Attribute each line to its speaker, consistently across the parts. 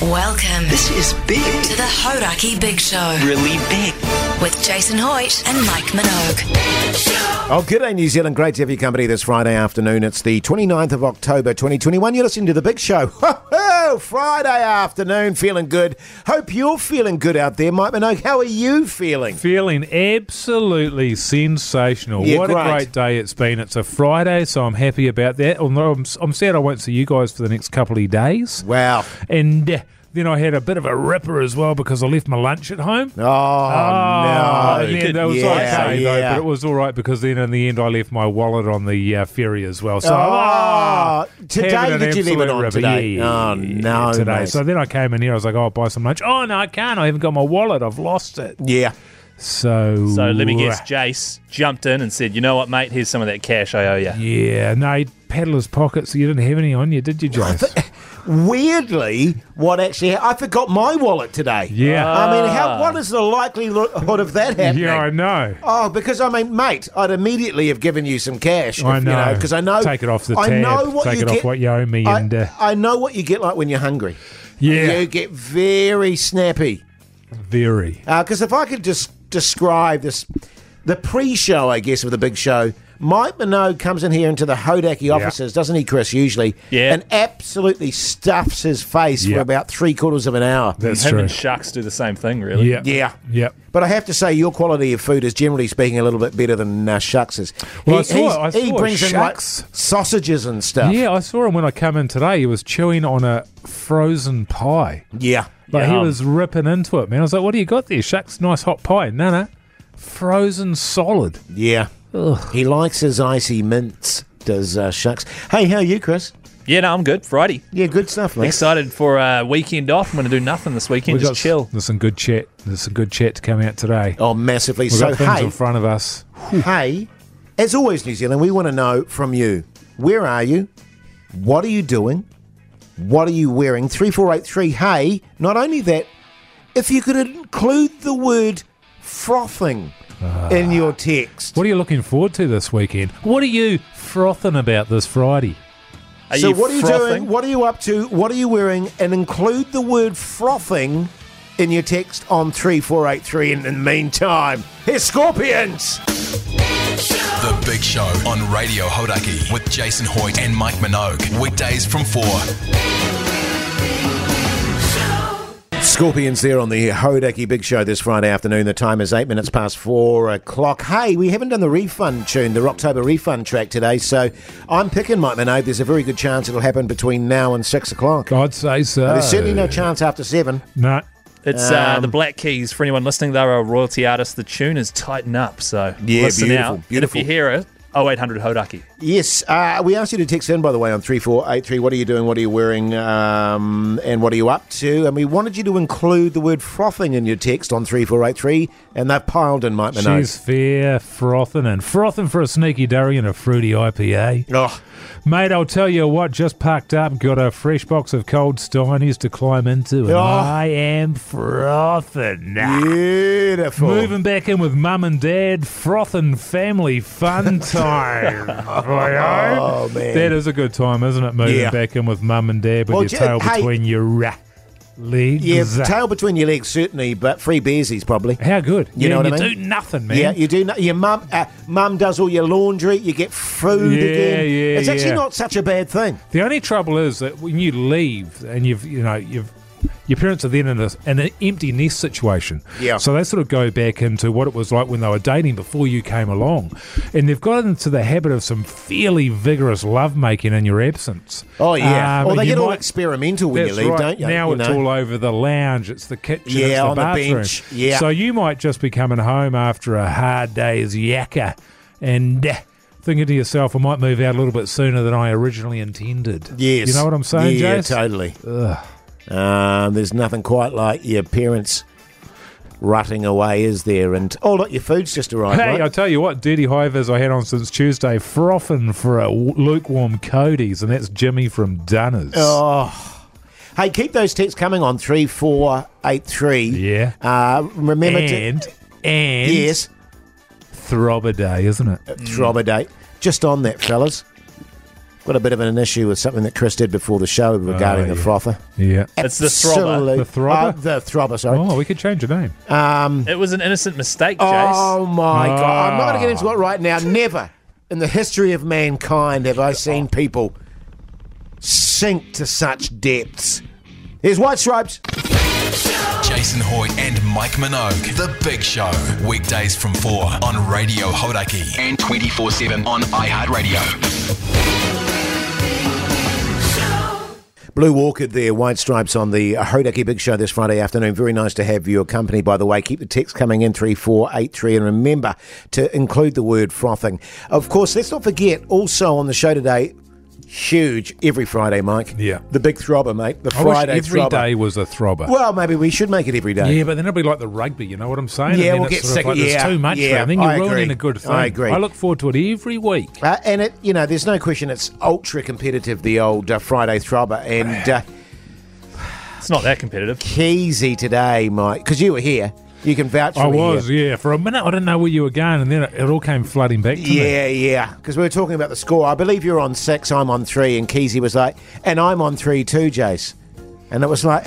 Speaker 1: Welcome
Speaker 2: This is big.
Speaker 1: to the Hodaki Big Show
Speaker 2: Really big.
Speaker 1: with Jason Hoyt and Mike Minogue.
Speaker 3: Oh, good day, New Zealand. Great to have your company this Friday afternoon. It's the 29th of October, 2021. You're listening to The Big Show. Ho-ho! Friday afternoon, feeling good. Hope you're feeling good out there. Mike Minogue, how are you feeling?
Speaker 4: Feeling absolutely sensational.
Speaker 3: Yeah,
Speaker 4: what
Speaker 3: great.
Speaker 4: a great day it's been. It's a Friday, so I'm happy about that. Although I'm, I'm sad I won't see you guys for the next couple of days.
Speaker 3: Wow.
Speaker 4: And uh, then I had a bit of a ripper as well because I left my lunch at home.
Speaker 3: Oh, no.
Speaker 4: yeah, that was
Speaker 3: yeah, yeah.
Speaker 4: okay though, but it was all right because then in the end I left my wallet on the uh, ferry as well. So ah,
Speaker 3: Oh, today
Speaker 4: having an
Speaker 3: did you leave it
Speaker 4: absolute
Speaker 3: on
Speaker 4: ripper.
Speaker 3: today?
Speaker 4: Yeah,
Speaker 3: Oh, no,
Speaker 4: today.
Speaker 3: mate.
Speaker 4: So then I came in here. I was like, oh, I'll buy some lunch. Oh no, I can't. I haven't got my wallet. I've lost it.
Speaker 3: Yeah.
Speaker 4: So
Speaker 5: So let me guess, Jace jumped in and said, "You know what, mate? Here's some of that cash I owe you."
Speaker 4: Yeah, no, he'd paddle his pockets. You didn't have any on you, did you, Jace?
Speaker 3: Weirdly, what actually I forgot my wallet today.
Speaker 4: Yeah.
Speaker 3: I mean, how, what is the likelihood of Oh, that happening?
Speaker 4: yeah, I know.
Speaker 3: Oh, because I mean, mate, I'd immediately have given you some cash. if-
Speaker 4: I
Speaker 3: you
Speaker 4: know.
Speaker 3: because I know.
Speaker 4: Take it off the
Speaker 3: I
Speaker 4: tab.
Speaker 3: know what
Speaker 4: Take
Speaker 3: you
Speaker 4: it off
Speaker 3: get,
Speaker 4: what you owe me
Speaker 3: I,
Speaker 4: and, uh,
Speaker 3: I know what you get like when you're hungry.
Speaker 4: Yeah.
Speaker 3: you get very snappy.
Speaker 4: Very.
Speaker 3: Because if I could just describe this, the pre-show, I guess, of the big show. Mike Minogue comes in here into the Hodaki offices, doesn't he, Chris? Usually,
Speaker 5: Yeah.
Speaker 3: and absolutely stuffs his face for
Speaker 4: Yeah.
Speaker 3: about three quarters of an hour.
Speaker 4: That's
Speaker 5: Him
Speaker 4: true.
Speaker 5: and Shucks do the same thing, really.
Speaker 4: Yeah.
Speaker 3: Yeah.
Speaker 4: Yep.
Speaker 3: But I have to say, your quality of food is generally speaking a little bit better than uh, Shucks's.
Speaker 4: Well, I saw-
Speaker 3: he's-
Speaker 4: I
Speaker 3: he
Speaker 4: saw
Speaker 3: brings in like
Speaker 4: Shucks.
Speaker 3: sausages and stuff.
Speaker 4: Yeah, I saw him when I come in today. He was chewing on a frozen pie.
Speaker 3: yeah.
Speaker 4: But he
Speaker 5: Yum.
Speaker 4: was ripping into it, man. I was like, what do you got there? Shucks, nice hot pie. No, no. Frozen solid.
Speaker 3: Yeah. He likes his icy mints, does uh, Shucks. Hey, how are you, Chris?
Speaker 5: Yeah, no, I'm good. Friday.
Speaker 3: Yeah, good stuff, mate.
Speaker 5: Excited for a weekend off. I'm going to do nothing this weekend.
Speaker 4: We've
Speaker 5: Just
Speaker 4: got
Speaker 5: chill.
Speaker 4: There's some good chat. There's some good chat to come out today.
Speaker 3: Oh, massively.
Speaker 4: We've
Speaker 3: so,
Speaker 4: got things
Speaker 3: hey,
Speaker 4: in front of us.
Speaker 3: hey, as always, New Zealand, we want to know from you where are you? What are you doing? What are you wearing? 3483. Hey, not only that, if you could include the word frothing in your text.
Speaker 4: What are you looking forward to this weekend? What are you frothing about this Friday?
Speaker 5: Are
Speaker 3: so,
Speaker 5: you
Speaker 3: what are you
Speaker 5: frothing?
Speaker 3: doing? What are you up to? What are you wearing? And include the word frothing in your text on 3483. And in the meantime, here's Scorpions.
Speaker 6: The Big Show on Radio Hodaki with Jason Hoyt and Mike Minogue. Weekdays from 4.
Speaker 3: Scorpions there on the Hodaki Big Show this Friday afternoon. The time is eight minutes past four o'clock. Hey, we haven't done the refund tune, the October refund track today, so I'm picking Mike Minogue. There's a very good chance it'll happen between now and six o'clock.
Speaker 4: I'd say so.
Speaker 3: There's certainly
Speaker 4: Oh.
Speaker 3: no chance after seven.
Speaker 4: No.
Speaker 5: It's uh,
Speaker 3: Um,
Speaker 5: the Black Keys. For anyone listening, they're a royalty artist. The tune is Tighten Up. So
Speaker 3: Yeah,
Speaker 5: listen
Speaker 3: beautiful,
Speaker 5: out.
Speaker 3: beautiful.
Speaker 5: And if you hear it, 0800 Hodaki.
Speaker 3: Yes, uh, we asked you to text in, by the way, on 3483. What are you doing? What are you wearing? Um, and what are you up to? And we wanted you to include the word frothing in your text on 3483, and they've piled in Mike Minogue.
Speaker 4: She's fair, frothing, and frothing for a sneaky durry and a fruity IPA.
Speaker 3: Oh,
Speaker 4: Mate, I'll tell you what, just packed up, got a fresh box of cold steinies to climb into, and
Speaker 3: Oh.
Speaker 4: I am frothing.
Speaker 3: beautiful.
Speaker 4: Moving back in with mum and dad, frothing family fun time. oh,
Speaker 3: man.
Speaker 4: That is a good time, isn't it? Moving
Speaker 3: Yeah.
Speaker 4: back in with mum and dad with
Speaker 3: Well,
Speaker 4: your
Speaker 3: ju-
Speaker 4: tail
Speaker 3: hey-
Speaker 4: between your uh, legs.
Speaker 3: Yeah, tail between your legs, certainly, but free beersies probably.
Speaker 4: How good.
Speaker 3: You
Speaker 4: yeah,
Speaker 3: know what
Speaker 4: you
Speaker 3: I mean?
Speaker 4: do nothing, man.
Speaker 3: Yeah, you do. Know, your mum, uh, mum does all your laundry. You get food
Speaker 4: Yeah,
Speaker 3: again.
Speaker 4: yeah,
Speaker 3: it's actually
Speaker 4: yeah.
Speaker 3: not such a bad thing.
Speaker 4: The only trouble is that when you leave and you've you know you've your parents are then in, a, in an empty nest situation.
Speaker 3: Yeah.
Speaker 4: So they sort of go back into what it was like when they were dating before you came along. And they've got into the habit of some fairly vigorous lovemaking in your absence.
Speaker 3: Oh yeah.
Speaker 4: Um,
Speaker 3: or they
Speaker 4: you
Speaker 3: get all
Speaker 4: might-
Speaker 3: experimental when you
Speaker 4: that's
Speaker 3: leave,
Speaker 4: right.
Speaker 3: don't you?
Speaker 4: Now
Speaker 3: you
Speaker 4: it's all over the lounge, it's the kitchen,
Speaker 3: Yeah,
Speaker 4: it's the
Speaker 3: on the
Speaker 4: bathroom.
Speaker 3: bench. Yeah.
Speaker 4: So you might just be coming home after a hard day's yakka and eh, thinking to yourself, I might move out a little bit sooner than I originally intended.
Speaker 3: Yes.
Speaker 4: You know what I'm saying,
Speaker 3: Yeah,
Speaker 4: Jace?
Speaker 3: totally. Um, there's nothing quite like your parents rutting away, is there? And oh, look, your food's just arrived.
Speaker 4: Hey,
Speaker 3: right?
Speaker 4: I tell you what, dirty hivers I had on since Tuesday, frothing for a w- lukewarm Cody's, and that's Jimmy from Dunners.
Speaker 3: Oh. hey, keep those texts coming on three four eight three.
Speaker 4: Yeah.
Speaker 3: Uh, remember
Speaker 4: and,
Speaker 3: to
Speaker 4: and,
Speaker 3: yes, Uh,
Speaker 4: Throbber Day, isn't it?
Speaker 3: Mm. Throbber Day. Just on that, fellas. Got a bit of an issue with something that Chris did before the show regarding
Speaker 4: Oh,
Speaker 3: the
Speaker 4: yeah.
Speaker 3: frother.
Speaker 4: Yeah.
Speaker 3: uh,
Speaker 5: It's the throbber.
Speaker 3: Absolutely-
Speaker 4: The throbber?
Speaker 3: Uh, the throbber, sorry.
Speaker 4: Oh, we could change the name.
Speaker 5: It was an innocent mistake, Jace.
Speaker 3: Oh my
Speaker 4: Ah.
Speaker 3: god! I'm not going to get into it right now. Never in the history of mankind have I seen people sink to such depths. Here's White Stripes.
Speaker 6: Jason Hoy and Mike Minogue. The Big Show. Weekdays from 4 on Radio Hodaki and 24 7 on iHeartRadio.
Speaker 3: Blue Orchid there, White Stripes on the uh, Hodaki Big Show this Friday afternoon. Very nice to have your company, by the way. Keep the text coming in 3483 and remember to include the word frothing. Of course, let's not forget also on the show today, huge every Friday, Mike.
Speaker 4: Yeah.
Speaker 3: The big throbber, mate. The
Speaker 4: I wish
Speaker 3: Friday
Speaker 4: every
Speaker 3: throbber.
Speaker 4: day was a throbber.
Speaker 3: Well, maybe we should make it every day.
Speaker 4: yeah, but then it'll be like the rugby. You know what I'm saying?
Speaker 3: Yeah,
Speaker 4: and then
Speaker 3: we'll
Speaker 4: it's
Speaker 3: get
Speaker 4: sort
Speaker 3: sick-
Speaker 4: Of like,
Speaker 3: yeah,
Speaker 4: there's too much.
Speaker 3: yeah,
Speaker 4: for it. I think you're
Speaker 3: I
Speaker 4: ruining
Speaker 3: agree.
Speaker 4: a good thing.
Speaker 3: I agree.
Speaker 4: I look forward to it every week.
Speaker 3: Uh, and it, you know, there's no question it's ultra competitive, the old uh, Friday throbber. And uh,
Speaker 5: It's not that competitive.
Speaker 3: Keezy today, Mike, because you were here. You can vouch for
Speaker 4: I
Speaker 3: me here.
Speaker 4: was, yeah. For a minute, I didn't know where you were going, and then it, it all came flooding back to me.
Speaker 3: Yeah, yeah. Because we were talking about the score. I believe you're on six, I'm on three, and Keezy was like, and I'm on three too, Jace. And it was like,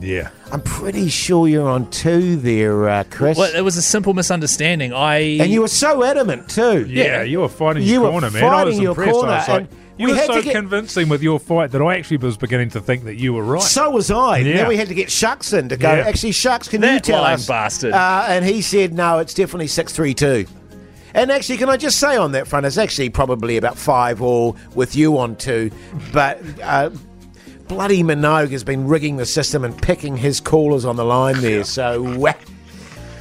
Speaker 4: Yeah.
Speaker 3: I'm pretty sure you're on two there, uh, Chris.
Speaker 5: Well, it was a simple misunderstanding. I
Speaker 3: and you were so adamant too.
Speaker 4: Yeah, you were fighting
Speaker 3: You
Speaker 4: your
Speaker 3: were
Speaker 4: corner, man. I was
Speaker 3: fighting your
Speaker 4: impressed.
Speaker 3: corner,
Speaker 4: I was like,
Speaker 3: and
Speaker 4: you
Speaker 3: we
Speaker 4: were
Speaker 3: had to
Speaker 4: so
Speaker 3: get-
Speaker 4: convincing with your fight that I actually was beginning to think that you were right.
Speaker 3: So was I.
Speaker 4: Yeah.
Speaker 3: Then we had to get Shucks in to go.
Speaker 4: Yeah.
Speaker 3: Actually, Shucks, can you
Speaker 5: That
Speaker 3: tell
Speaker 5: lying
Speaker 3: us?
Speaker 5: bastard.
Speaker 3: Uh, and he said, no, it's definitely six three two. And actually, can I just say on that front, it's actually probably about five all with you on two, but. Uh, Bloody Minogue has been rigging the system and picking his callers on the line there. So, wha-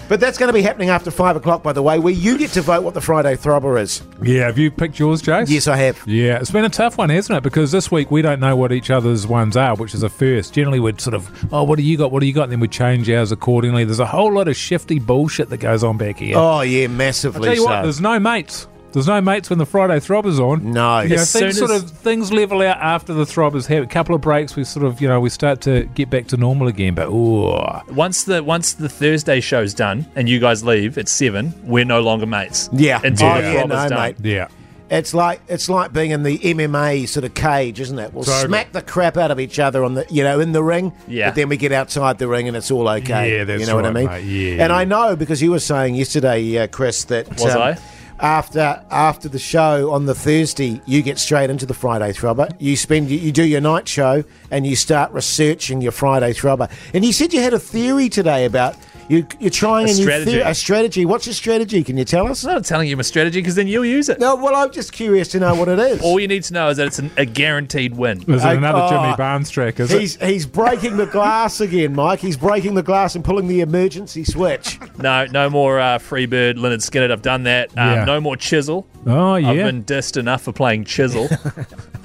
Speaker 3: but that's going to be happening after five o'clock, by the way, where you get to vote what the Friday throbber is.
Speaker 4: yeah, have you picked yours, Jace?
Speaker 3: Yes, I have.
Speaker 4: Yeah, it's been a tough one, hasn't it? Because this week we don't know what each other's ones are, which is a first. Generally, we'd sort of, oh, what do you got? What do you got? And then we change ours accordingly. There's a whole lot of shifty bullshit that goes on back here.
Speaker 3: Oh yeah, massively.
Speaker 4: I'll tell you
Speaker 3: so.
Speaker 4: what, there's no mates. There's no mates when the Friday Throbbers on.
Speaker 3: No.
Speaker 4: you know,
Speaker 5: As
Speaker 4: things
Speaker 5: soon
Speaker 4: sort
Speaker 5: as-
Speaker 4: of things level out after the Throbbers have a couple of breaks. We sort of, you know, we start to get back to normal again. But oh,
Speaker 5: once the once the Thursday show's done and you guys leave at seven, we're no longer mates.
Speaker 3: Yeah.
Speaker 5: until
Speaker 3: Oh,
Speaker 5: the
Speaker 3: yeah,
Speaker 5: yeah,
Speaker 3: no,
Speaker 5: done.
Speaker 3: mate.
Speaker 4: yeah,
Speaker 3: It's like it's like being in the MMA sort of cage, isn't it? We'll
Speaker 4: Totally.
Speaker 3: smack the crap out of each other on the you know in the ring,
Speaker 5: Yeah.
Speaker 3: But then we get outside the ring and it's all okay.
Speaker 4: Yeah, that's
Speaker 3: you know what I
Speaker 4: right,
Speaker 3: mean.
Speaker 4: mate. Yeah.
Speaker 3: And I know because you were saying yesterday, uh, Chris, that
Speaker 5: Was I?
Speaker 3: after after the show on the Thursday, you get straight into the Friday throbber. You spend you, you do your night show and you start researching your Friday throbber. And you said you had a theory today about. You, you're trying
Speaker 5: A
Speaker 3: a, new
Speaker 5: strategy.
Speaker 3: theory- a strategy. What's your strategy? Can you tell us?
Speaker 5: I'm not telling you my strategy because then you'll use it.
Speaker 3: No, well, I'm just curious to know what it is.
Speaker 5: All you need to know is that it's an, a guaranteed win.
Speaker 4: is it
Speaker 3: I-
Speaker 4: another
Speaker 3: oh,
Speaker 4: Jimmy Barnes track? Is it?
Speaker 3: He's he's breaking the glass again, Mike. He's breaking the glass and pulling the emergency switch.
Speaker 5: No, no more uh, Freebird, Leonard Skinner. I've done that. Um,
Speaker 4: Yeah.
Speaker 5: No more Chisel.
Speaker 4: Oh yeah,
Speaker 5: I've been dissed enough for playing Chisel.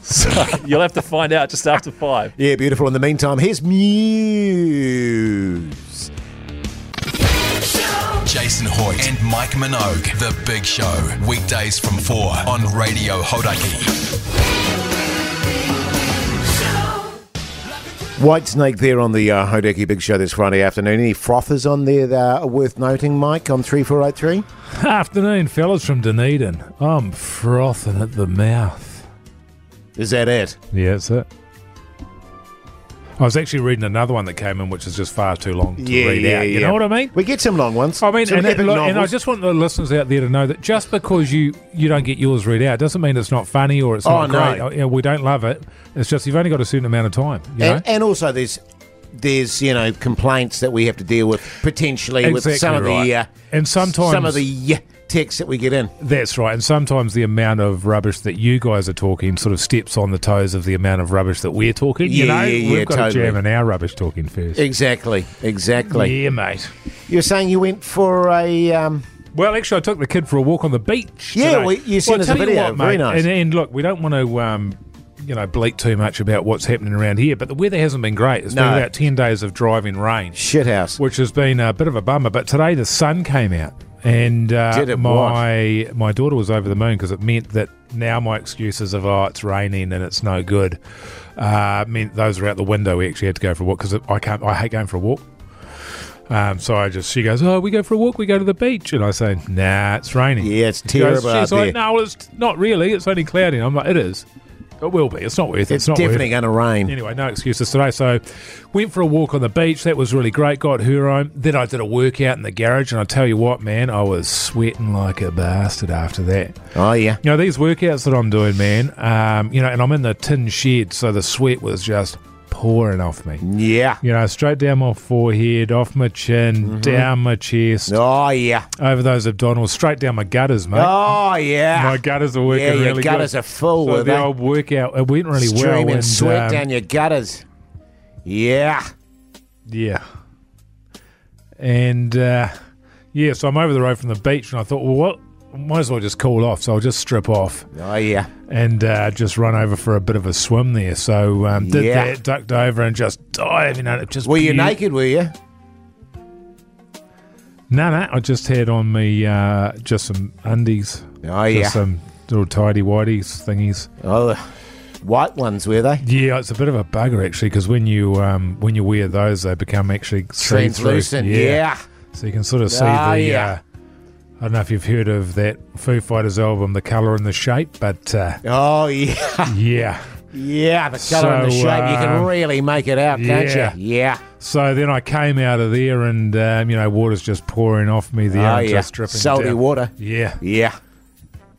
Speaker 5: so you'll have to find out just after five.
Speaker 3: Yeah, beautiful. In the meantime, here's Muse.
Speaker 6: Jason Hoy and Mike Minogue. The Big Show. Weekdays from 4 on Radio Hodaki.
Speaker 3: White Snake there on the uh, Hodeki Big Show this Friday afternoon. Any frothers on there that are worth noting, Mike, on 3483?
Speaker 4: afternoon, fellas from Dunedin. I'm frothing at the mouth.
Speaker 3: Is that it?
Speaker 4: Yeah, that's it. I was actually reading another one that came in, which is just far too long to read out. You know what I mean?
Speaker 3: We get some long ones.
Speaker 4: I mean,
Speaker 3: some
Speaker 4: and,
Speaker 3: epic
Speaker 4: look, and I
Speaker 3: novels.
Speaker 4: just want the listeners out there to know that just because you you don't get yours read out doesn't mean it's not funny or it's
Speaker 3: Oh,
Speaker 4: not
Speaker 3: no.
Speaker 4: great. Oh, yeah, we don't love it. It's just you've only got a certain amount of time. You know?
Speaker 3: and, and also there's there's you know complaints that we have to deal with potentially
Speaker 4: Exactly
Speaker 3: with some of
Speaker 4: right.
Speaker 3: the uh,
Speaker 4: And sometimes-
Speaker 3: some of the uh, texts that we get in.
Speaker 4: That's right. And sometimes the amount of rubbish that you guys are talking sort of steps on the toes of the amount of rubbish that we're talking.
Speaker 3: Yeah,
Speaker 4: you know,
Speaker 3: yeah, yeah,
Speaker 4: we've got
Speaker 3: totally.
Speaker 4: to jam in our rubbish talking first.
Speaker 3: Exactly, exactly.
Speaker 4: yeah, mate.
Speaker 3: You're saying you went for a. Um,
Speaker 4: Well, actually, I took the kid for a walk on the beach.
Speaker 3: Yeah,
Speaker 4: today.
Speaker 3: well, you sent
Speaker 4: Well,
Speaker 3: us a
Speaker 4: tell you
Speaker 3: video.
Speaker 4: what, mate,
Speaker 3: Very nice.
Speaker 4: And, and look, we don't want to, um, you know, bleat too much about what's happening around here, but the weather hasn't been great. It's
Speaker 3: No.
Speaker 4: been about ten days of driving rain,
Speaker 3: Shithouse.
Speaker 4: which has been a bit of a bummer. But today the sun came out, and uh,
Speaker 3: Did it
Speaker 4: my my daughter was over the moon because it meant that now my excuses of oh it's raining and it's no good uh, meant those are out the window. We actually had to go for a walk because I can't. I hate going for a walk. Um, so I just, she goes, oh, we go for a walk, we go to the beach. And I say, nah, it's raining.
Speaker 3: Yeah, it's
Speaker 4: She goes,
Speaker 3: terrible out
Speaker 4: She's like,
Speaker 3: there.
Speaker 4: no, it's not really. It's only cloudy. And I'm like, it is. It will be. It's not worth it.
Speaker 3: It's
Speaker 4: not worth
Speaker 3: definitely
Speaker 4: it."
Speaker 3: going to rain.
Speaker 4: Anyway, no excuses today. So, went for a walk on the beach. That was really great. Got her home. Then I did a workout in the garage, and I tell you what, man, I was sweating like a bastard after that.
Speaker 3: Oh yeah.
Speaker 4: You know these workouts that I'm doing, man. Um, you know, and I'm in the tin shed, so the sweat was just pouring off me.
Speaker 3: Yeah.
Speaker 4: You know, straight down my forehead, off my chin,
Speaker 3: Mm-hmm.
Speaker 4: down my chest,
Speaker 3: Oh yeah.
Speaker 4: over those abdominals, straight down my gutters, mate.
Speaker 3: Oh yeah.
Speaker 4: My gutters are working
Speaker 3: Yeah, your
Speaker 4: really good.
Speaker 3: gutters are full,
Speaker 4: So
Speaker 3: were
Speaker 4: the
Speaker 3: they?
Speaker 4: old workout, it went really
Speaker 3: Streaming
Speaker 4: well. And,
Speaker 3: sweat
Speaker 4: um,
Speaker 3: down your gutters. Yeah.
Speaker 4: Yeah. And uh, yeah, so I'm over the road from the beach, and I thought, well, what? Might as well just cool off. So I'll just strip off
Speaker 3: Oh yeah.
Speaker 4: and uh, just run over for a bit of a swim there. So um, did
Speaker 3: Yeah.
Speaker 4: that, ducked over, and just dive. You know, it just
Speaker 3: Were you
Speaker 4: beaut-
Speaker 3: naked? Were you?
Speaker 4: No, no. I just had on me uh, just some undies.
Speaker 3: Oh
Speaker 4: Just
Speaker 3: yeah.
Speaker 4: some little tidy whities thingies.
Speaker 3: Oh, the white ones were they?
Speaker 4: Yeah, it's a bit of a bugger actually because when you um, when you wear those, they become actually see-through.
Speaker 3: Translucent. Yeah.
Speaker 4: So you can sort of see
Speaker 3: Ah,
Speaker 4: the.
Speaker 3: yeah.
Speaker 4: Uh, I don't know if you've heard of that Foo Fighters album, The Color and the Shape, but uh,
Speaker 3: Oh yeah.
Speaker 4: yeah.
Speaker 3: Yeah. The colour and the
Speaker 4: So,
Speaker 3: shape. you can
Speaker 4: um,
Speaker 3: really make it out,
Speaker 4: yeah.
Speaker 3: can't you? Yeah.
Speaker 4: So then I came out of there and, um, you know, water's just pouring off me there.
Speaker 3: oh
Speaker 4: and
Speaker 3: yeah.
Speaker 4: Just dripping
Speaker 3: Salty
Speaker 4: down.
Speaker 3: water.
Speaker 4: Yeah.
Speaker 3: Yeah.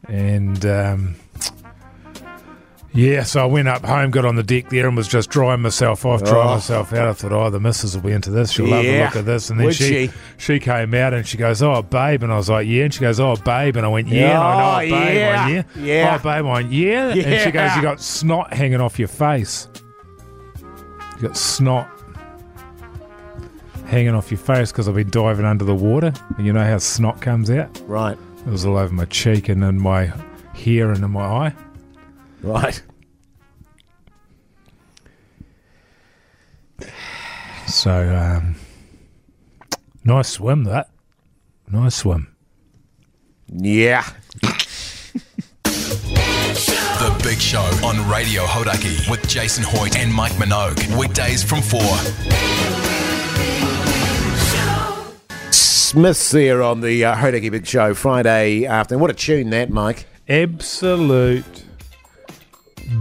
Speaker 4: And, um, yeah, so I went up home, got on the deck there and was just drying myself off, drying
Speaker 3: Oh.
Speaker 4: myself out. I thought, oh, the missus will be into this. She'll love the
Speaker 3: Yeah.
Speaker 4: look of this. And then
Speaker 3: Would
Speaker 4: she,
Speaker 3: she?
Speaker 4: came out and she goes, oh, babe. And I was like, yeah. And she goes, oh, babe. And I went, yeah. and I know,
Speaker 3: Oh,
Speaker 4: oh, babe. I
Speaker 3: yeah.
Speaker 4: went, yeah.
Speaker 3: Yeah.
Speaker 4: Oh, babe. I went, yeah. And she goes,
Speaker 3: Yeah.
Speaker 4: you got snot hanging off your face. You got snot hanging off your face because I've been diving under the water. And you know how snot comes out?
Speaker 3: Right.
Speaker 4: It was all over my cheek and in my hair and in my eye.
Speaker 3: Right.
Speaker 4: So, um, nice swim that. Nice swim.
Speaker 3: Yeah.
Speaker 6: The Big Show on Radio Hodaki with Jason Hoyt and Mike Minogue. Weekdays from 4.
Speaker 3: Smith's there on the uh, Hodaki Big Show Friday afternoon. What a tune that, Mike.
Speaker 4: Absolute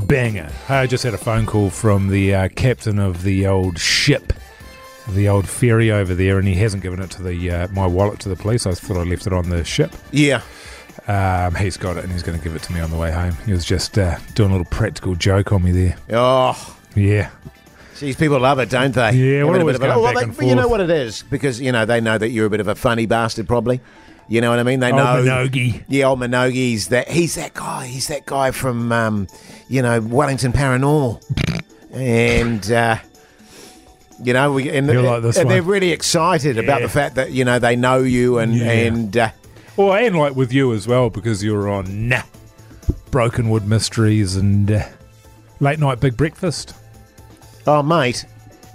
Speaker 4: banger. I just had a phone call from the uh, captain of the old ship, the old ferry over there, and he hasn't given it to the uh, my wallet to the police. I thought I left it on the ship.
Speaker 3: Yeah.
Speaker 4: Um, he's got it and he's going to give it to me on the way home. He was just uh, doing a little practical joke on me there.
Speaker 3: Oh.
Speaker 4: Yeah.
Speaker 3: Geez, people love it, don't they?
Speaker 4: Yeah, we're
Speaker 3: Having a
Speaker 4: always
Speaker 3: bit of a- Oh,
Speaker 4: going
Speaker 3: well,
Speaker 4: back
Speaker 3: they-
Speaker 4: and
Speaker 3: but you know
Speaker 4: forth.
Speaker 3: what it is because you know they know that you're a bit of a funny bastard, probably. You know what I mean? They
Speaker 4: Oh,
Speaker 3: know.
Speaker 4: Minogue.
Speaker 3: Yeah, old Minogue's that. He's that guy. He's that guy from, um, you know, Wellington Paranormal, and. Uh, you know, we, and,
Speaker 4: You'll like this
Speaker 3: and they're
Speaker 4: one.
Speaker 3: really excited about
Speaker 4: Yeah.
Speaker 3: the fact that you know they know you and
Speaker 4: Yeah.
Speaker 3: and uh,
Speaker 4: Well, and like with you as well, because you were on nah, Broken Wood Mysteries and uh, Late Night Big Breakfast.
Speaker 3: Oh, mate.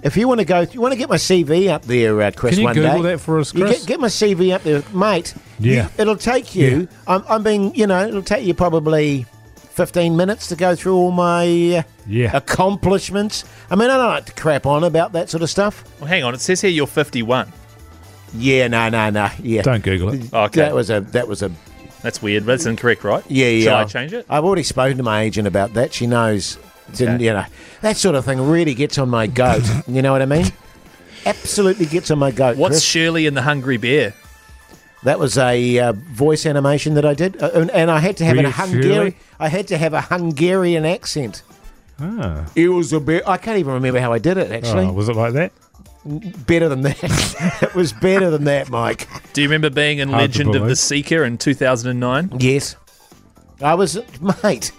Speaker 3: If you want to go, you want to get my CV up there, uh, Chris.
Speaker 4: Can you
Speaker 3: one
Speaker 4: Google
Speaker 3: day.
Speaker 4: that for us,
Speaker 3: You
Speaker 4: Chris?
Speaker 3: get, get my CV up there, mate.
Speaker 4: Yeah.
Speaker 3: You- it'll take you.
Speaker 4: Yeah.
Speaker 3: I'm, I'm being, you know, it'll take you probably fifteen minutes to go through all my uh,
Speaker 4: Yeah.
Speaker 3: accomplishments. I mean, I don't like to crap on about that sort of stuff.
Speaker 5: Well, hang on. It says here you're 51.
Speaker 3: Yeah, no, no, no. Yeah,
Speaker 4: Don't Google it.
Speaker 5: Oh, Okay.
Speaker 3: That was a. That was a.
Speaker 5: That's weird, but it's incorrect, right?
Speaker 3: Yeah, yeah.
Speaker 5: Shall I change it?
Speaker 4: Uh,
Speaker 3: I've already spoken to my agent about that. She knows. Didn't
Speaker 5: Okay.
Speaker 3: you know that sort of thing really gets on my goat. you know what I mean? Absolutely gets on my goat.
Speaker 5: What's
Speaker 3: Chris.
Speaker 5: Shirley and the Hungry Bear?
Speaker 3: That was a uh, voice animation that I did, uh, and, and I had to have
Speaker 4: Were
Speaker 3: a
Speaker 4: you
Speaker 3: Hungarian.
Speaker 4: Shirley?
Speaker 3: I had to have a Hungarian accent.
Speaker 4: Ah.
Speaker 3: It was a bit. I can't even remember how I did it. Actually,
Speaker 4: Oh, was it like that?
Speaker 3: better than that. it was better than that, Mike.
Speaker 5: Do you remember being in
Speaker 4: Hard to
Speaker 5: Legend of the
Speaker 4: believe.
Speaker 5: Seeker in 2009?
Speaker 3: Yes, I was, mate.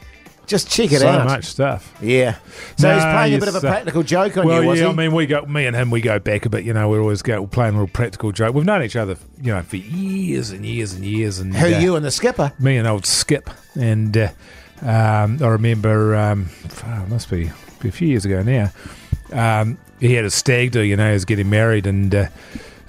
Speaker 3: Just check it
Speaker 4: so
Speaker 3: out.
Speaker 4: much stuff.
Speaker 3: Yeah. So he's
Speaker 4: Nah,
Speaker 3: playing a
Speaker 4: you
Speaker 3: bit of a
Speaker 4: suck.
Speaker 3: practical joke on
Speaker 4: well,
Speaker 3: you, was
Speaker 4: yeah,
Speaker 3: he?
Speaker 4: I mean, we go, me and him, we go back a bit. You know, we always go playing a little practical joke. We've known each other, you know, for years and years and years. And
Speaker 3: Who
Speaker 4: uh,
Speaker 3: you and the skipper?
Speaker 4: me and old Skip, and uh, um, I remember um, f- oh, it must be a few years ago now. Um, he had a stag do, you know, he was getting married, and uh,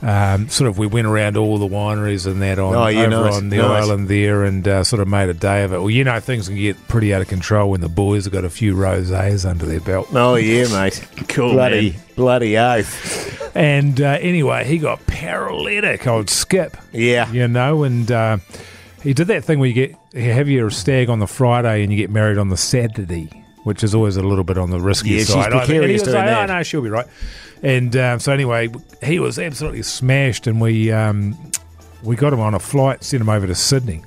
Speaker 4: um, sort of we went around all the wineries and that on
Speaker 3: Oh, yeah,
Speaker 4: over
Speaker 3: nice,
Speaker 4: on the
Speaker 3: nice.
Speaker 4: island there, and uh, sort of made a day of it. Well, you know, things can get pretty out of control when the boys have got a few rosés under their belt.
Speaker 3: Oh yeah, mate.
Speaker 5: Cool,
Speaker 3: bloody
Speaker 5: man.
Speaker 3: bloody oath.
Speaker 4: And uh, anyway, he got paralytic, old Skip.
Speaker 3: Yeah.
Speaker 4: You know, and uh, he did that thing where you get you have your stag on the Friday and you get married on the Saturday, which is always a little bit on the risky
Speaker 3: Yeah, she's
Speaker 4: side. I think. And he
Speaker 3: precarious
Speaker 4: was
Speaker 3: doing
Speaker 4: like,
Speaker 3: that.
Speaker 4: "Oh, no, she'll be right. And um, so anyway, he was absolutely smashed, and we um, we got him on a flight, sent him over to Sydney.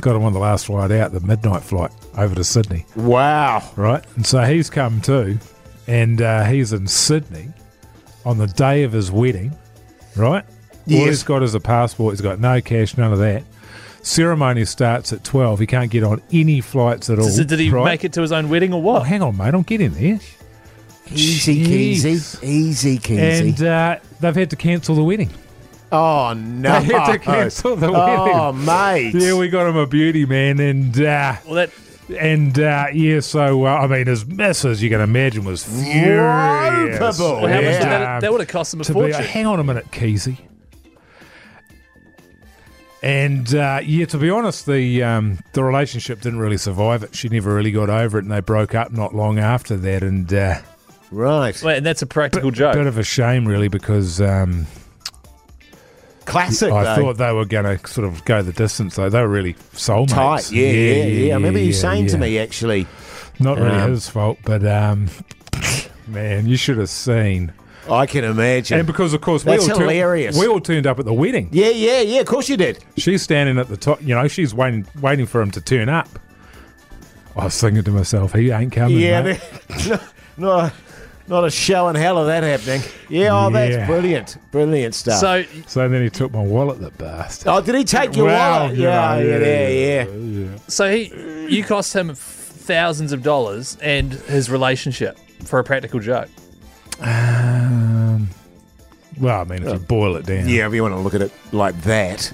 Speaker 4: Got him on the last flight out, the midnight flight over to Sydney
Speaker 3: Wow.
Speaker 4: right? And so he's come too, and uh, he's in Sydney on the day of his wedding, right? All
Speaker 3: Yes.
Speaker 4: he's got is a passport. He's got no cash, none of that. Ceremony starts at twelve. He can't get on any flights at all.
Speaker 5: So did he
Speaker 4: Oh, right?
Speaker 5: make it to his own wedding or
Speaker 4: Oh,
Speaker 5: what?
Speaker 4: hang on, mate. I'm getting there.
Speaker 3: Easy,
Speaker 4: Jeez.
Speaker 3: Keezy. Easy, Keezy.
Speaker 4: And uh, they've had to cancel the wedding.
Speaker 3: oh, no.
Speaker 4: They had to cancel the
Speaker 3: Oh,
Speaker 4: wedding.
Speaker 3: mate.
Speaker 4: Yeah, we got him a beauty, man, and uh,
Speaker 5: Well, that
Speaker 4: and uh, yeah. So uh, I mean, his missus, you can imagine, was furious.
Speaker 3: Ropeable.
Speaker 5: well, how much
Speaker 3: Yeah.
Speaker 5: did
Speaker 4: Um,
Speaker 5: that, that would have cost him a
Speaker 4: to be, uh,
Speaker 5: fortune.
Speaker 4: hang on a minute, Keezy. And uh, yeah, to be honest, the um, the relationship didn't really survive it. She never really got over it, and they broke up not long after that. And uh,
Speaker 3: Right.
Speaker 5: Wait, and that's a practical joke.
Speaker 4: bit of a shame, really, because um,
Speaker 3: Classic,
Speaker 4: I
Speaker 3: though.
Speaker 4: thought they were going to sort of go the distance. Though they were really soulmates.
Speaker 3: Tight. Yeah, yeah, yeah. I remember you
Speaker 4: yeah,
Speaker 3: saying to
Speaker 4: yeah.
Speaker 3: me, actually.
Speaker 4: not really
Speaker 3: Um,
Speaker 4: his fault, but um, man, you should have seen.
Speaker 3: I can imagine.
Speaker 4: And because of course
Speaker 3: That's
Speaker 4: we all tur-
Speaker 3: hilarious.
Speaker 4: we all turned up at the wedding.
Speaker 3: yeah, yeah, yeah. Of course you did.
Speaker 4: She's standing at the top, you know, she's waiting waiting for him to turn up. I was thinking to myself, he ain't coming.
Speaker 3: Yeah,
Speaker 4: mate.
Speaker 3: there- no, not, not a show in hell of that happening. Yeah, oh,
Speaker 4: Yeah.
Speaker 3: that's brilliant, brilliant
Speaker 4: uh,
Speaker 3: stuff.
Speaker 5: so
Speaker 4: So then he took my wallet, the bastard.
Speaker 3: oh, did he take your
Speaker 4: Well,
Speaker 3: wallet?
Speaker 4: you
Speaker 3: Yeah,
Speaker 4: know,
Speaker 3: yeah, yeah, yeah,
Speaker 5: So he, you cost him thousands of dollars and his relationship for a practical joke.
Speaker 4: Um, well, I mean, if you boil it down,
Speaker 3: Yeah, if you want to look at it like that.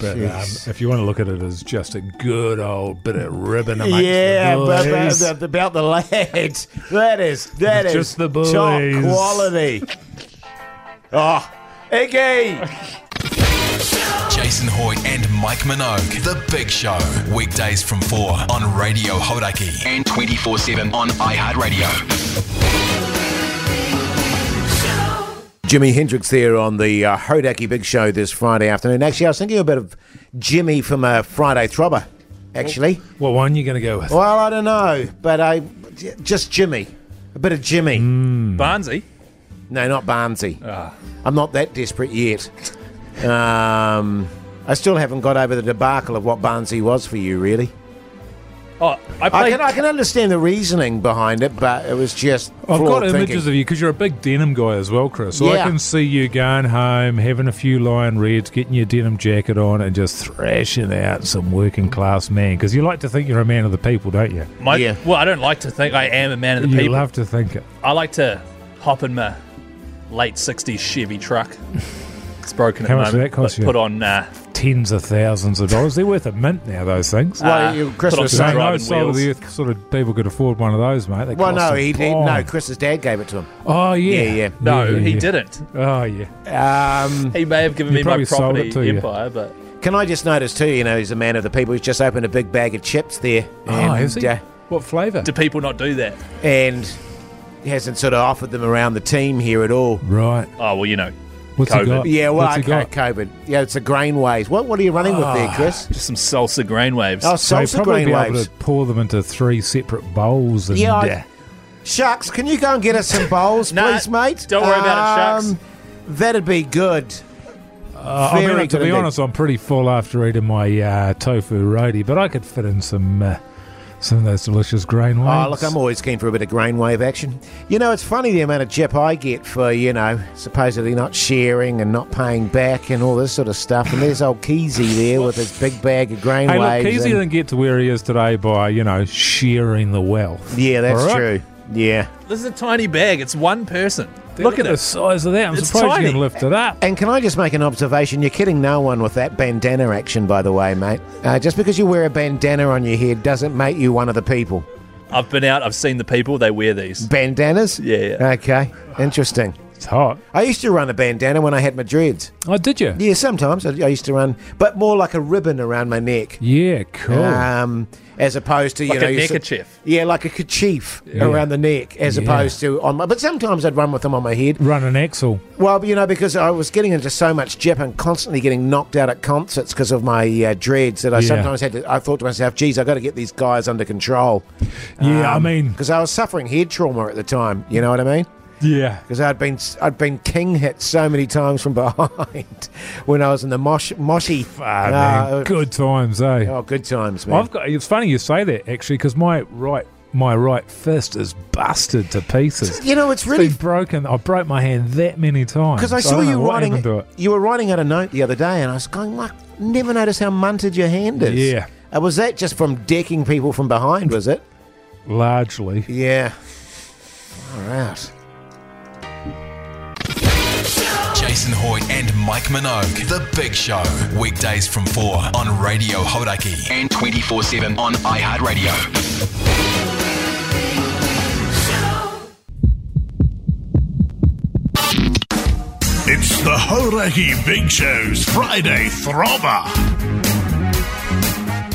Speaker 4: But um,
Speaker 3: jeez.
Speaker 4: if you want to look at it as just a good old bit of ribbon amongst
Speaker 3: Yeah,
Speaker 4: the
Speaker 3: but,
Speaker 4: boys,
Speaker 3: but- but about the lads, that is that is
Speaker 4: Just the
Speaker 3: top
Speaker 4: boys.
Speaker 3: quality. Oh, Iggy.
Speaker 6: Jason Hoy and Mike Minogue. The Big Show. Weekdays from 4 on Radio Hodaki. And 24 7 on iHeartRadio.
Speaker 3: Jimi Hendrix there on the uh, Hodaki Big Show this Friday afternoon. Actually, I was thinking a bit of Jimmy from a Friday Throbber, actually.
Speaker 4: what one you going to go with?
Speaker 3: Well, I don't know, but I j- just Jimmy. A bit of Jimmy.
Speaker 4: Mm. Hmm.
Speaker 5: Barnsey,
Speaker 3: No, not Barnsey.
Speaker 4: Ah.
Speaker 3: I'm not that desperate yet. um, I still haven't got over the debacle of what Barnsey was for you, really.
Speaker 5: oh, I
Speaker 3: I
Speaker 5: played.
Speaker 3: can, I can understand the reasoning behind it, but it was just.
Speaker 4: I've
Speaker 3: flawed
Speaker 4: got images
Speaker 3: thinking.
Speaker 4: of you because you're a big denim guy as well, Chris. So
Speaker 3: Yeah.
Speaker 4: I can see you going home, having a few Lion Reds, getting your denim jacket on, and just thrashing out some working class man. Because you like to think you're a man of the people, don't you?
Speaker 5: my,
Speaker 3: yeah.
Speaker 5: Well, I don't like to think I am a man of the
Speaker 4: you
Speaker 5: people.
Speaker 4: love to think it.
Speaker 5: I like to hop in my late '60s Chevy truck. It's broken
Speaker 4: How
Speaker 5: at
Speaker 4: much
Speaker 5: the
Speaker 4: did
Speaker 5: moment.
Speaker 4: that cost
Speaker 5: but
Speaker 4: you?
Speaker 5: Put on, uh,
Speaker 4: Tens of thousands of dollars. They're worth a mint now, those things.
Speaker 3: Well,
Speaker 5: uh,
Speaker 3: you-
Speaker 5: put
Speaker 3: Christmas
Speaker 5: on
Speaker 3: is
Speaker 4: So
Speaker 5: some
Speaker 4: no
Speaker 5: driving
Speaker 4: soul of the
Speaker 5: wheels.
Speaker 4: earth sort of people could afford one of those, mate. They
Speaker 3: Well,
Speaker 4: cost
Speaker 3: no,
Speaker 4: a
Speaker 3: he did. No,
Speaker 4: bomb.
Speaker 3: Chris's dad gave it to him.
Speaker 4: Oh, yeah.
Speaker 3: Yeah, yeah.
Speaker 5: No,
Speaker 4: Yeah,
Speaker 5: he
Speaker 4: yeah.
Speaker 5: didn't.
Speaker 4: Oh, yeah.
Speaker 3: Um,
Speaker 5: He may have given
Speaker 4: You
Speaker 5: me my
Speaker 4: probably sold
Speaker 5: property
Speaker 4: it to you.
Speaker 5: empire, but
Speaker 3: can I just notice, too, you know, he's a man of the people. He's just opened a big bag of chips there.
Speaker 4: Oh, is he?
Speaker 3: uh,
Speaker 4: what flavour?
Speaker 5: do people not do that?
Speaker 3: and he hasn't sort of offered them around the team here at all.
Speaker 4: right.
Speaker 5: Oh well, you know,
Speaker 4: What's
Speaker 5: COVID.
Speaker 4: he got?
Speaker 3: Yeah, well,
Speaker 4: What's
Speaker 3: okay,
Speaker 4: he got?
Speaker 3: COVID. Yeah, it's a grainways. What what are you running with there, Chris?
Speaker 5: just some salsa grain waves.
Speaker 3: Oh,
Speaker 4: So he'd
Speaker 3: salsa
Speaker 4: probably be able
Speaker 3: grainways.
Speaker 4: to pour them into three separate bowls. And,
Speaker 3: Yeah, I-
Speaker 4: uh,
Speaker 3: Shucks, can you go and get us some bowls,
Speaker 5: Nah,
Speaker 3: please, mate? Um,
Speaker 5: don't worry about it, Shucks.
Speaker 3: That'd be good.
Speaker 4: Uh, I
Speaker 3: Very
Speaker 4: mean, to
Speaker 3: good
Speaker 4: be
Speaker 3: indeed.
Speaker 4: honest, I'm pretty full after eating my uh, tofu roti, but I could fit in some uh, some of those delicious grain ones.
Speaker 3: Oh, look, I'm always keen for a bit of grainwave action. You know, it's funny the amount of jip I get for, you know, supposedly not sharing and not paying back and all this sort of stuff. And there's old Keezy there with his big bag of grainwaves.
Speaker 4: Hey, look, Keezy
Speaker 3: and-
Speaker 4: didn't get to where he is today by, you know, sharing the wealth.
Speaker 3: Yeah, that's
Speaker 4: All right?
Speaker 3: true. Yeah.
Speaker 5: This is a tiny bag. It's one person.
Speaker 4: Look, at the size of that. I'm
Speaker 5: It's
Speaker 4: surprised you
Speaker 5: tiny.
Speaker 4: can lift it up.
Speaker 3: And can I just make an observation? You're kidding no one with that bandana action, by the way, mate. Uh, just because you wear a bandana on your head doesn't make you one of the people.
Speaker 5: I've been out. I've seen the people. They wear these.
Speaker 3: Bandanas?
Speaker 5: Yeah, yeah.
Speaker 3: Okay. Interesting.
Speaker 4: It's hot.
Speaker 3: I used to run a bandana when I had my dreads.
Speaker 4: Oh, did you?
Speaker 3: Yeah, sometimes I, I used to run, but more like a ribbon around my neck.
Speaker 4: Yeah, cool.
Speaker 3: Um, as opposed to you
Speaker 5: Oh. Like
Speaker 3: know
Speaker 5: a
Speaker 3: you s-
Speaker 5: neckerchief.
Speaker 3: yeah, like a kerchief around the neck, as
Speaker 4: Yeah.
Speaker 3: opposed to on my. But sometimes I'd run with them on my head.
Speaker 4: Run an axle.
Speaker 3: Well, you know, because I was getting into so much jip and constantly getting knocked out at concerts because of my uh, dreads that I
Speaker 4: Yeah.
Speaker 3: sometimes had to. I thought to myself, "Geez, I got to get these guys under control."
Speaker 4: Yeah,
Speaker 3: Um,
Speaker 4: I mean,
Speaker 3: because I was suffering head trauma at the time. You know what I mean?
Speaker 4: yeah.
Speaker 3: Because I'd been I'd been king hit so many times from behind when I was in the mosh moshy.
Speaker 4: Ah,
Speaker 3: Ah,
Speaker 4: man,
Speaker 3: it-
Speaker 4: good times, eh?
Speaker 3: Oh, good times, man.
Speaker 4: I've got. It's funny you say that actually, because my right my right fist is busted to pieces.
Speaker 3: you know, it's really
Speaker 4: It's been broken. I broke my hand that many times.
Speaker 3: because I
Speaker 4: I
Speaker 3: saw
Speaker 4: don't
Speaker 3: you
Speaker 4: know what happened
Speaker 3: writing.
Speaker 4: to
Speaker 3: You were writing out a note the other day, and I was going, "Like, never notice how munted your hand is."
Speaker 4: Yeah.
Speaker 3: Uh, was that just from decking people from behind? Was it?
Speaker 4: it largely.
Speaker 3: Yeah. All right.
Speaker 6: Jason Hoy and Mike Minogue. The Big Show. Weekdays from 4 on Radio Hodaki. And 24 7 on iHeartRadio.
Speaker 2: It's the Horaki Big Show's Friday Throbber.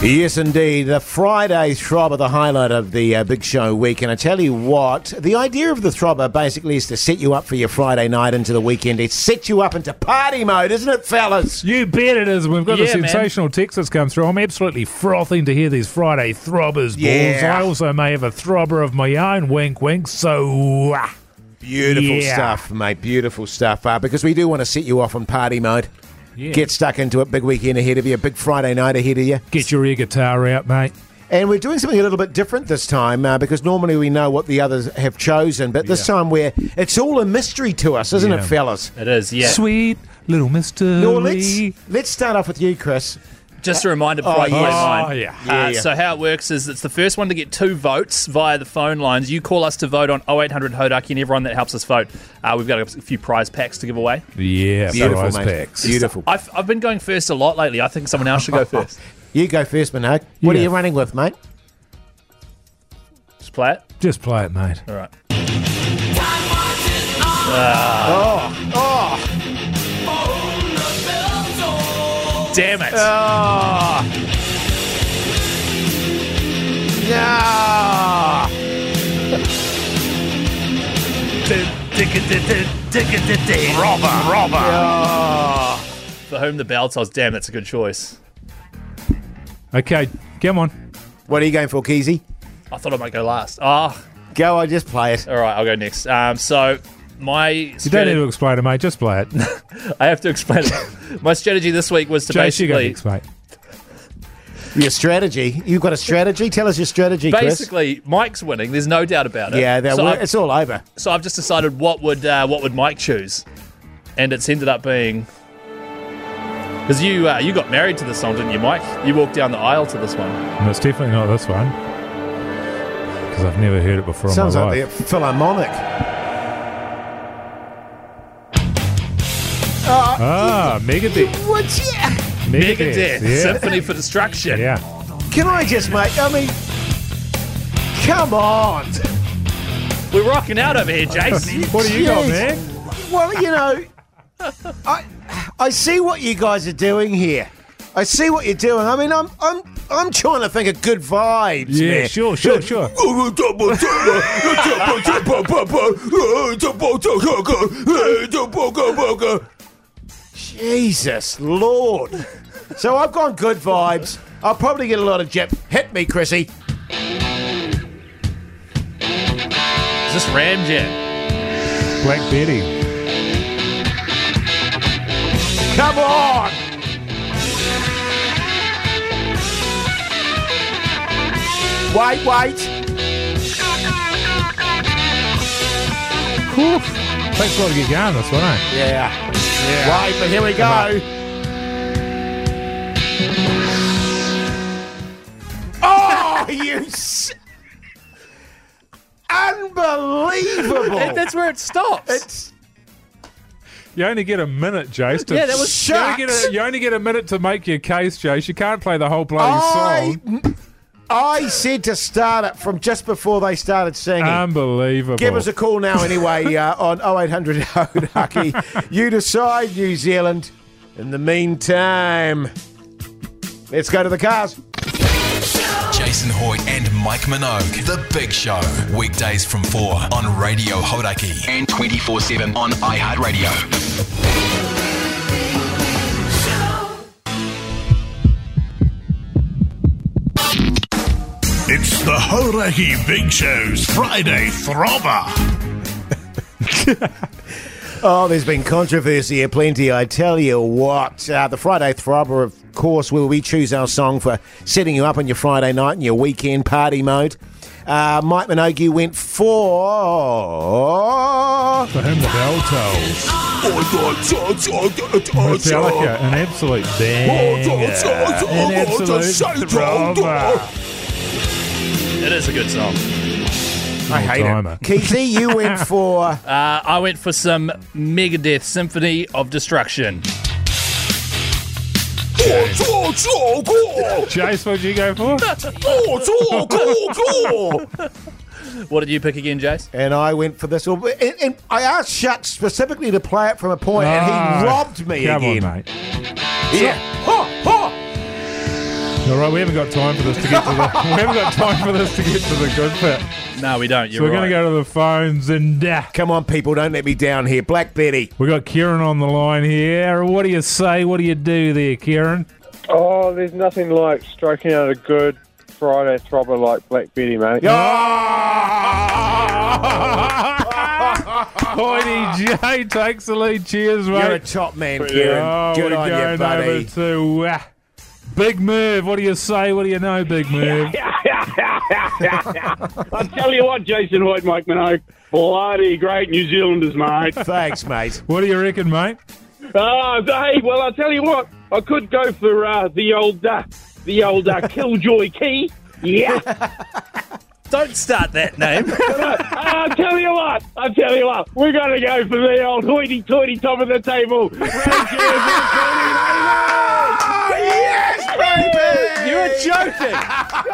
Speaker 3: Yes, indeed. The Friday Throbber, the highlight of the uh, Big Show week. And I tell you what, the idea of the Throbber basically is to set you up for your Friday night into the weekend. It sets you up into party mode, isn't it, fellas?
Speaker 4: You bet it is. We've got the
Speaker 5: Yeah, man.
Speaker 4: sensational text that's come through. I'm absolutely frothing to hear these Friday throbbers, balls.
Speaker 3: Yeah.
Speaker 4: I also may have a throbber of my own. Wink, wink. So, ah.
Speaker 3: Beautiful
Speaker 4: Yeah.
Speaker 3: stuff, mate. Beautiful stuff. Uh, because we do want to set you off on party mode. Get stuck into it. Big weekend ahead of you. Big Friday night ahead of you.
Speaker 4: get your air guitar out, mate.
Speaker 3: And we're doing something a little bit different this time uh, because normally we know what the others have chosen, but this time we're it's all a mystery to us, isn't it,
Speaker 4: Yeah.
Speaker 3: fellas?
Speaker 5: It is, yeah.
Speaker 4: Sweet little mystery.
Speaker 3: No, let's let's start off with you, Chris.
Speaker 5: Just a reminder before
Speaker 3: Oh,
Speaker 5: I play
Speaker 3: yes.
Speaker 5: mine.
Speaker 4: Oh, yeah.
Speaker 3: Yeah,
Speaker 5: uh,
Speaker 3: yeah.
Speaker 5: So how it works is it's the first one to get two votes via the phone lines. You call us to vote on 0800 Hodaki, and everyone that helps us vote, uh, we've got a few prize packs to give away.
Speaker 4: Yeah,
Speaker 3: Beautiful,
Speaker 4: prize
Speaker 3: mate.
Speaker 4: packs.
Speaker 3: Beautiful.
Speaker 5: I've, I've been going first a lot lately. I think someone else should go first.
Speaker 3: You go first, Minogue. What are
Speaker 4: Yeah.
Speaker 3: you running with, mate?
Speaker 5: Just play it.
Speaker 4: Just play it, mate.
Speaker 5: All right. oh, oh. Damn it.
Speaker 3: Ah. Yeah.
Speaker 2: Robber, robber.
Speaker 5: For whom the bell tolls. Damn, that's a good choice.
Speaker 4: Okay, come on.
Speaker 3: What are you going for, Keezy?
Speaker 5: I thought I might go last. Ah,
Speaker 3: Go, I just play it.
Speaker 5: all right, I'll go next. Um, so my
Speaker 4: You don't need
Speaker 5: strategy,
Speaker 4: to explain it, mate. Just play it.
Speaker 5: I have to explain it. my strategy this week was to
Speaker 4: Jace, you go
Speaker 5: basically
Speaker 4: next, mate.
Speaker 3: Your strategy. You've got a strategy. Tell us your strategy, Chris.
Speaker 5: basically Mike's winning. There's no doubt about it.
Speaker 3: Yeah, that
Speaker 5: so,
Speaker 3: well,
Speaker 5: I've,
Speaker 3: it's all over.
Speaker 5: so I've just decided what would uh, what would Mike choose, and it's ended up being because you uh, you got married to this song, didn't you, Mike? You walked down the aisle to this one.
Speaker 4: No, it's definitely not this one. Because I've never heard it before
Speaker 3: Sounds
Speaker 4: in my
Speaker 3: like the
Speaker 4: life.
Speaker 3: Philharmonic.
Speaker 4: Ah, Megadeth.
Speaker 3: What's yeah?
Speaker 5: Megadeth,
Speaker 4: Yeah.
Speaker 5: Symphony for Destruction.
Speaker 4: yeah.
Speaker 3: Can I just make? I mean, come on.
Speaker 5: We're rocking out over here, Jace.
Speaker 4: What do you got,
Speaker 3: Jeez.
Speaker 4: man?
Speaker 3: Well, you know, I I see what you guys are doing here. I see what you're doing. I mean, I'm I'm I'm trying to think of good vibes.
Speaker 4: Yeah,
Speaker 3: man.
Speaker 4: sure, sure, sure.
Speaker 3: Jesus Lord. So I've gone good vibes. I'll probably get a lot of jip. Hit me, Chrissy.
Speaker 5: Is this Ramjet?
Speaker 4: Black Betty.
Speaker 3: Come on. Wait, wait.
Speaker 4: Oof. Thanks a lot to get going this one, eh?
Speaker 3: Yeah. Wait, but here we go. Oh, you. S- Unbelievable.
Speaker 5: That's where it stops.
Speaker 3: It's-
Speaker 4: You only get a minute, Jace. To,
Speaker 5: Yeah, that was
Speaker 4: you only, get
Speaker 3: shucks.
Speaker 4: a, you only get a minute to make your case, Jace. You can't play the whole bloody
Speaker 3: I,
Speaker 4: song.
Speaker 3: I I said to start it from just before they started singing.
Speaker 4: Um, Unbelievable.
Speaker 3: Give us a call now, anyway, uh, on 0800 Hodaki. You decide, New Zealand. In the meantime, let's go to the cars.
Speaker 6: Jason Hoy and Mike Minogue. The Big Show. Weekdays from 4 on Radio Hodaki and 24 7 on iHeartRadio.
Speaker 2: It's the Hauraki Big Show's Friday Throbber.
Speaker 3: Oh, there's been controversy here, plenty. I tell you what, uh, the Friday Throbber, of course, where we choose our song for setting you up on your Friday night and your weekend party mode. Uh, Mike Minogue went for.
Speaker 4: For him, the bell tolls. Metallica, an
Speaker 3: Oh,
Speaker 4: absolute banger. An absolute thriller.
Speaker 5: It is a good song.
Speaker 3: I hate
Speaker 4: timer.
Speaker 3: it. Keithy, you went for.
Speaker 5: Uh, I went for some Megadeth Symphony of Destruction.
Speaker 4: Chase, what'd you go for?
Speaker 5: What did you pick again, Jace?
Speaker 3: and I went for this. And, and I asked Shuck specifically to play it from a point, and
Speaker 4: Ah,
Speaker 3: he robbed me
Speaker 4: Come
Speaker 3: again.
Speaker 4: on, mate.
Speaker 3: Yeah. Ha, ha.
Speaker 4: All right, we haven't got time for this to get to the. we haven't got time for this to get to the good bit.
Speaker 5: No, we don't. You're
Speaker 4: So we're
Speaker 5: right.
Speaker 4: going to go to the phones and uh,
Speaker 3: Come on, people, don't let me down here. Black Betty.
Speaker 4: we got Kieran on the line here. What do you say? What do you do there, Kieran?
Speaker 7: Oh, there's nothing like striking out a good Friday throbber like Black Betty, mate.
Speaker 4: Ah, Hoity J takes the lead. Cheers, mate.
Speaker 3: You're a top man, Kieran.
Speaker 4: Oh,
Speaker 3: Good
Speaker 4: we're
Speaker 3: on
Speaker 4: going
Speaker 3: you, buddy.
Speaker 4: over to uh, Big Merv. What do you say? What do you know, Big Merv?
Speaker 8: I tell you what, Jason Hoyt, Mike Minogue, bloody great New Zealanders, mate.
Speaker 3: Thanks, mate.
Speaker 4: What do you reckon, mate?
Speaker 8: Oh, hey, well, I tell you what, I could go for uh, the old, uh, the old uh, Killjoy Key. Yeah,
Speaker 5: Don't start that name.
Speaker 8: I tell you what, I tell you what, we're gonna go for the old hoity-toity top of the table.
Speaker 3: Ah, yes, baby!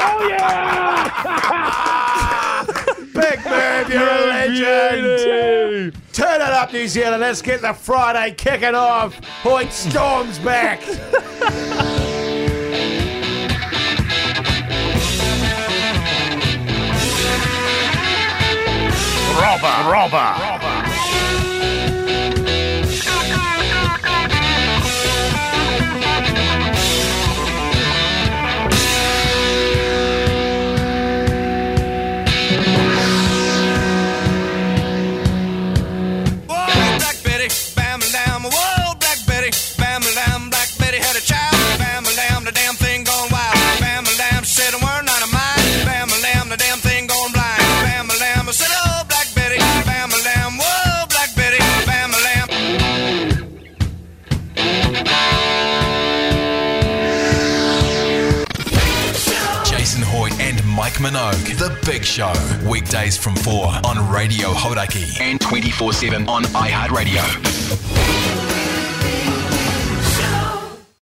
Speaker 8: Oh yeah!
Speaker 3: You're a big man, you're a legend.
Speaker 4: Beauty.
Speaker 3: Turn it up, New Zealand. Let's get the Friday kicking off. Hoyt Storm's back.
Speaker 2: Robber. Robber.
Speaker 9: Whoa, Black Betty, bam and damn. Whoa, Black Betty, bam and damn. Black Betty had a child. Bam and damn, the damn thing gone wild. Bam and damn, she said a word not of mine. Bam and damn, the damn thing gone blind. Bam and damn, I said, oh, Black Betty, bam and damn. Whoa, Black Betty, bam and damn.
Speaker 6: Jason Hoy and Mike Minogue. The Big Show. Weekdays from 4 on Radio Hodaki and 24 7 on iHeartRadio.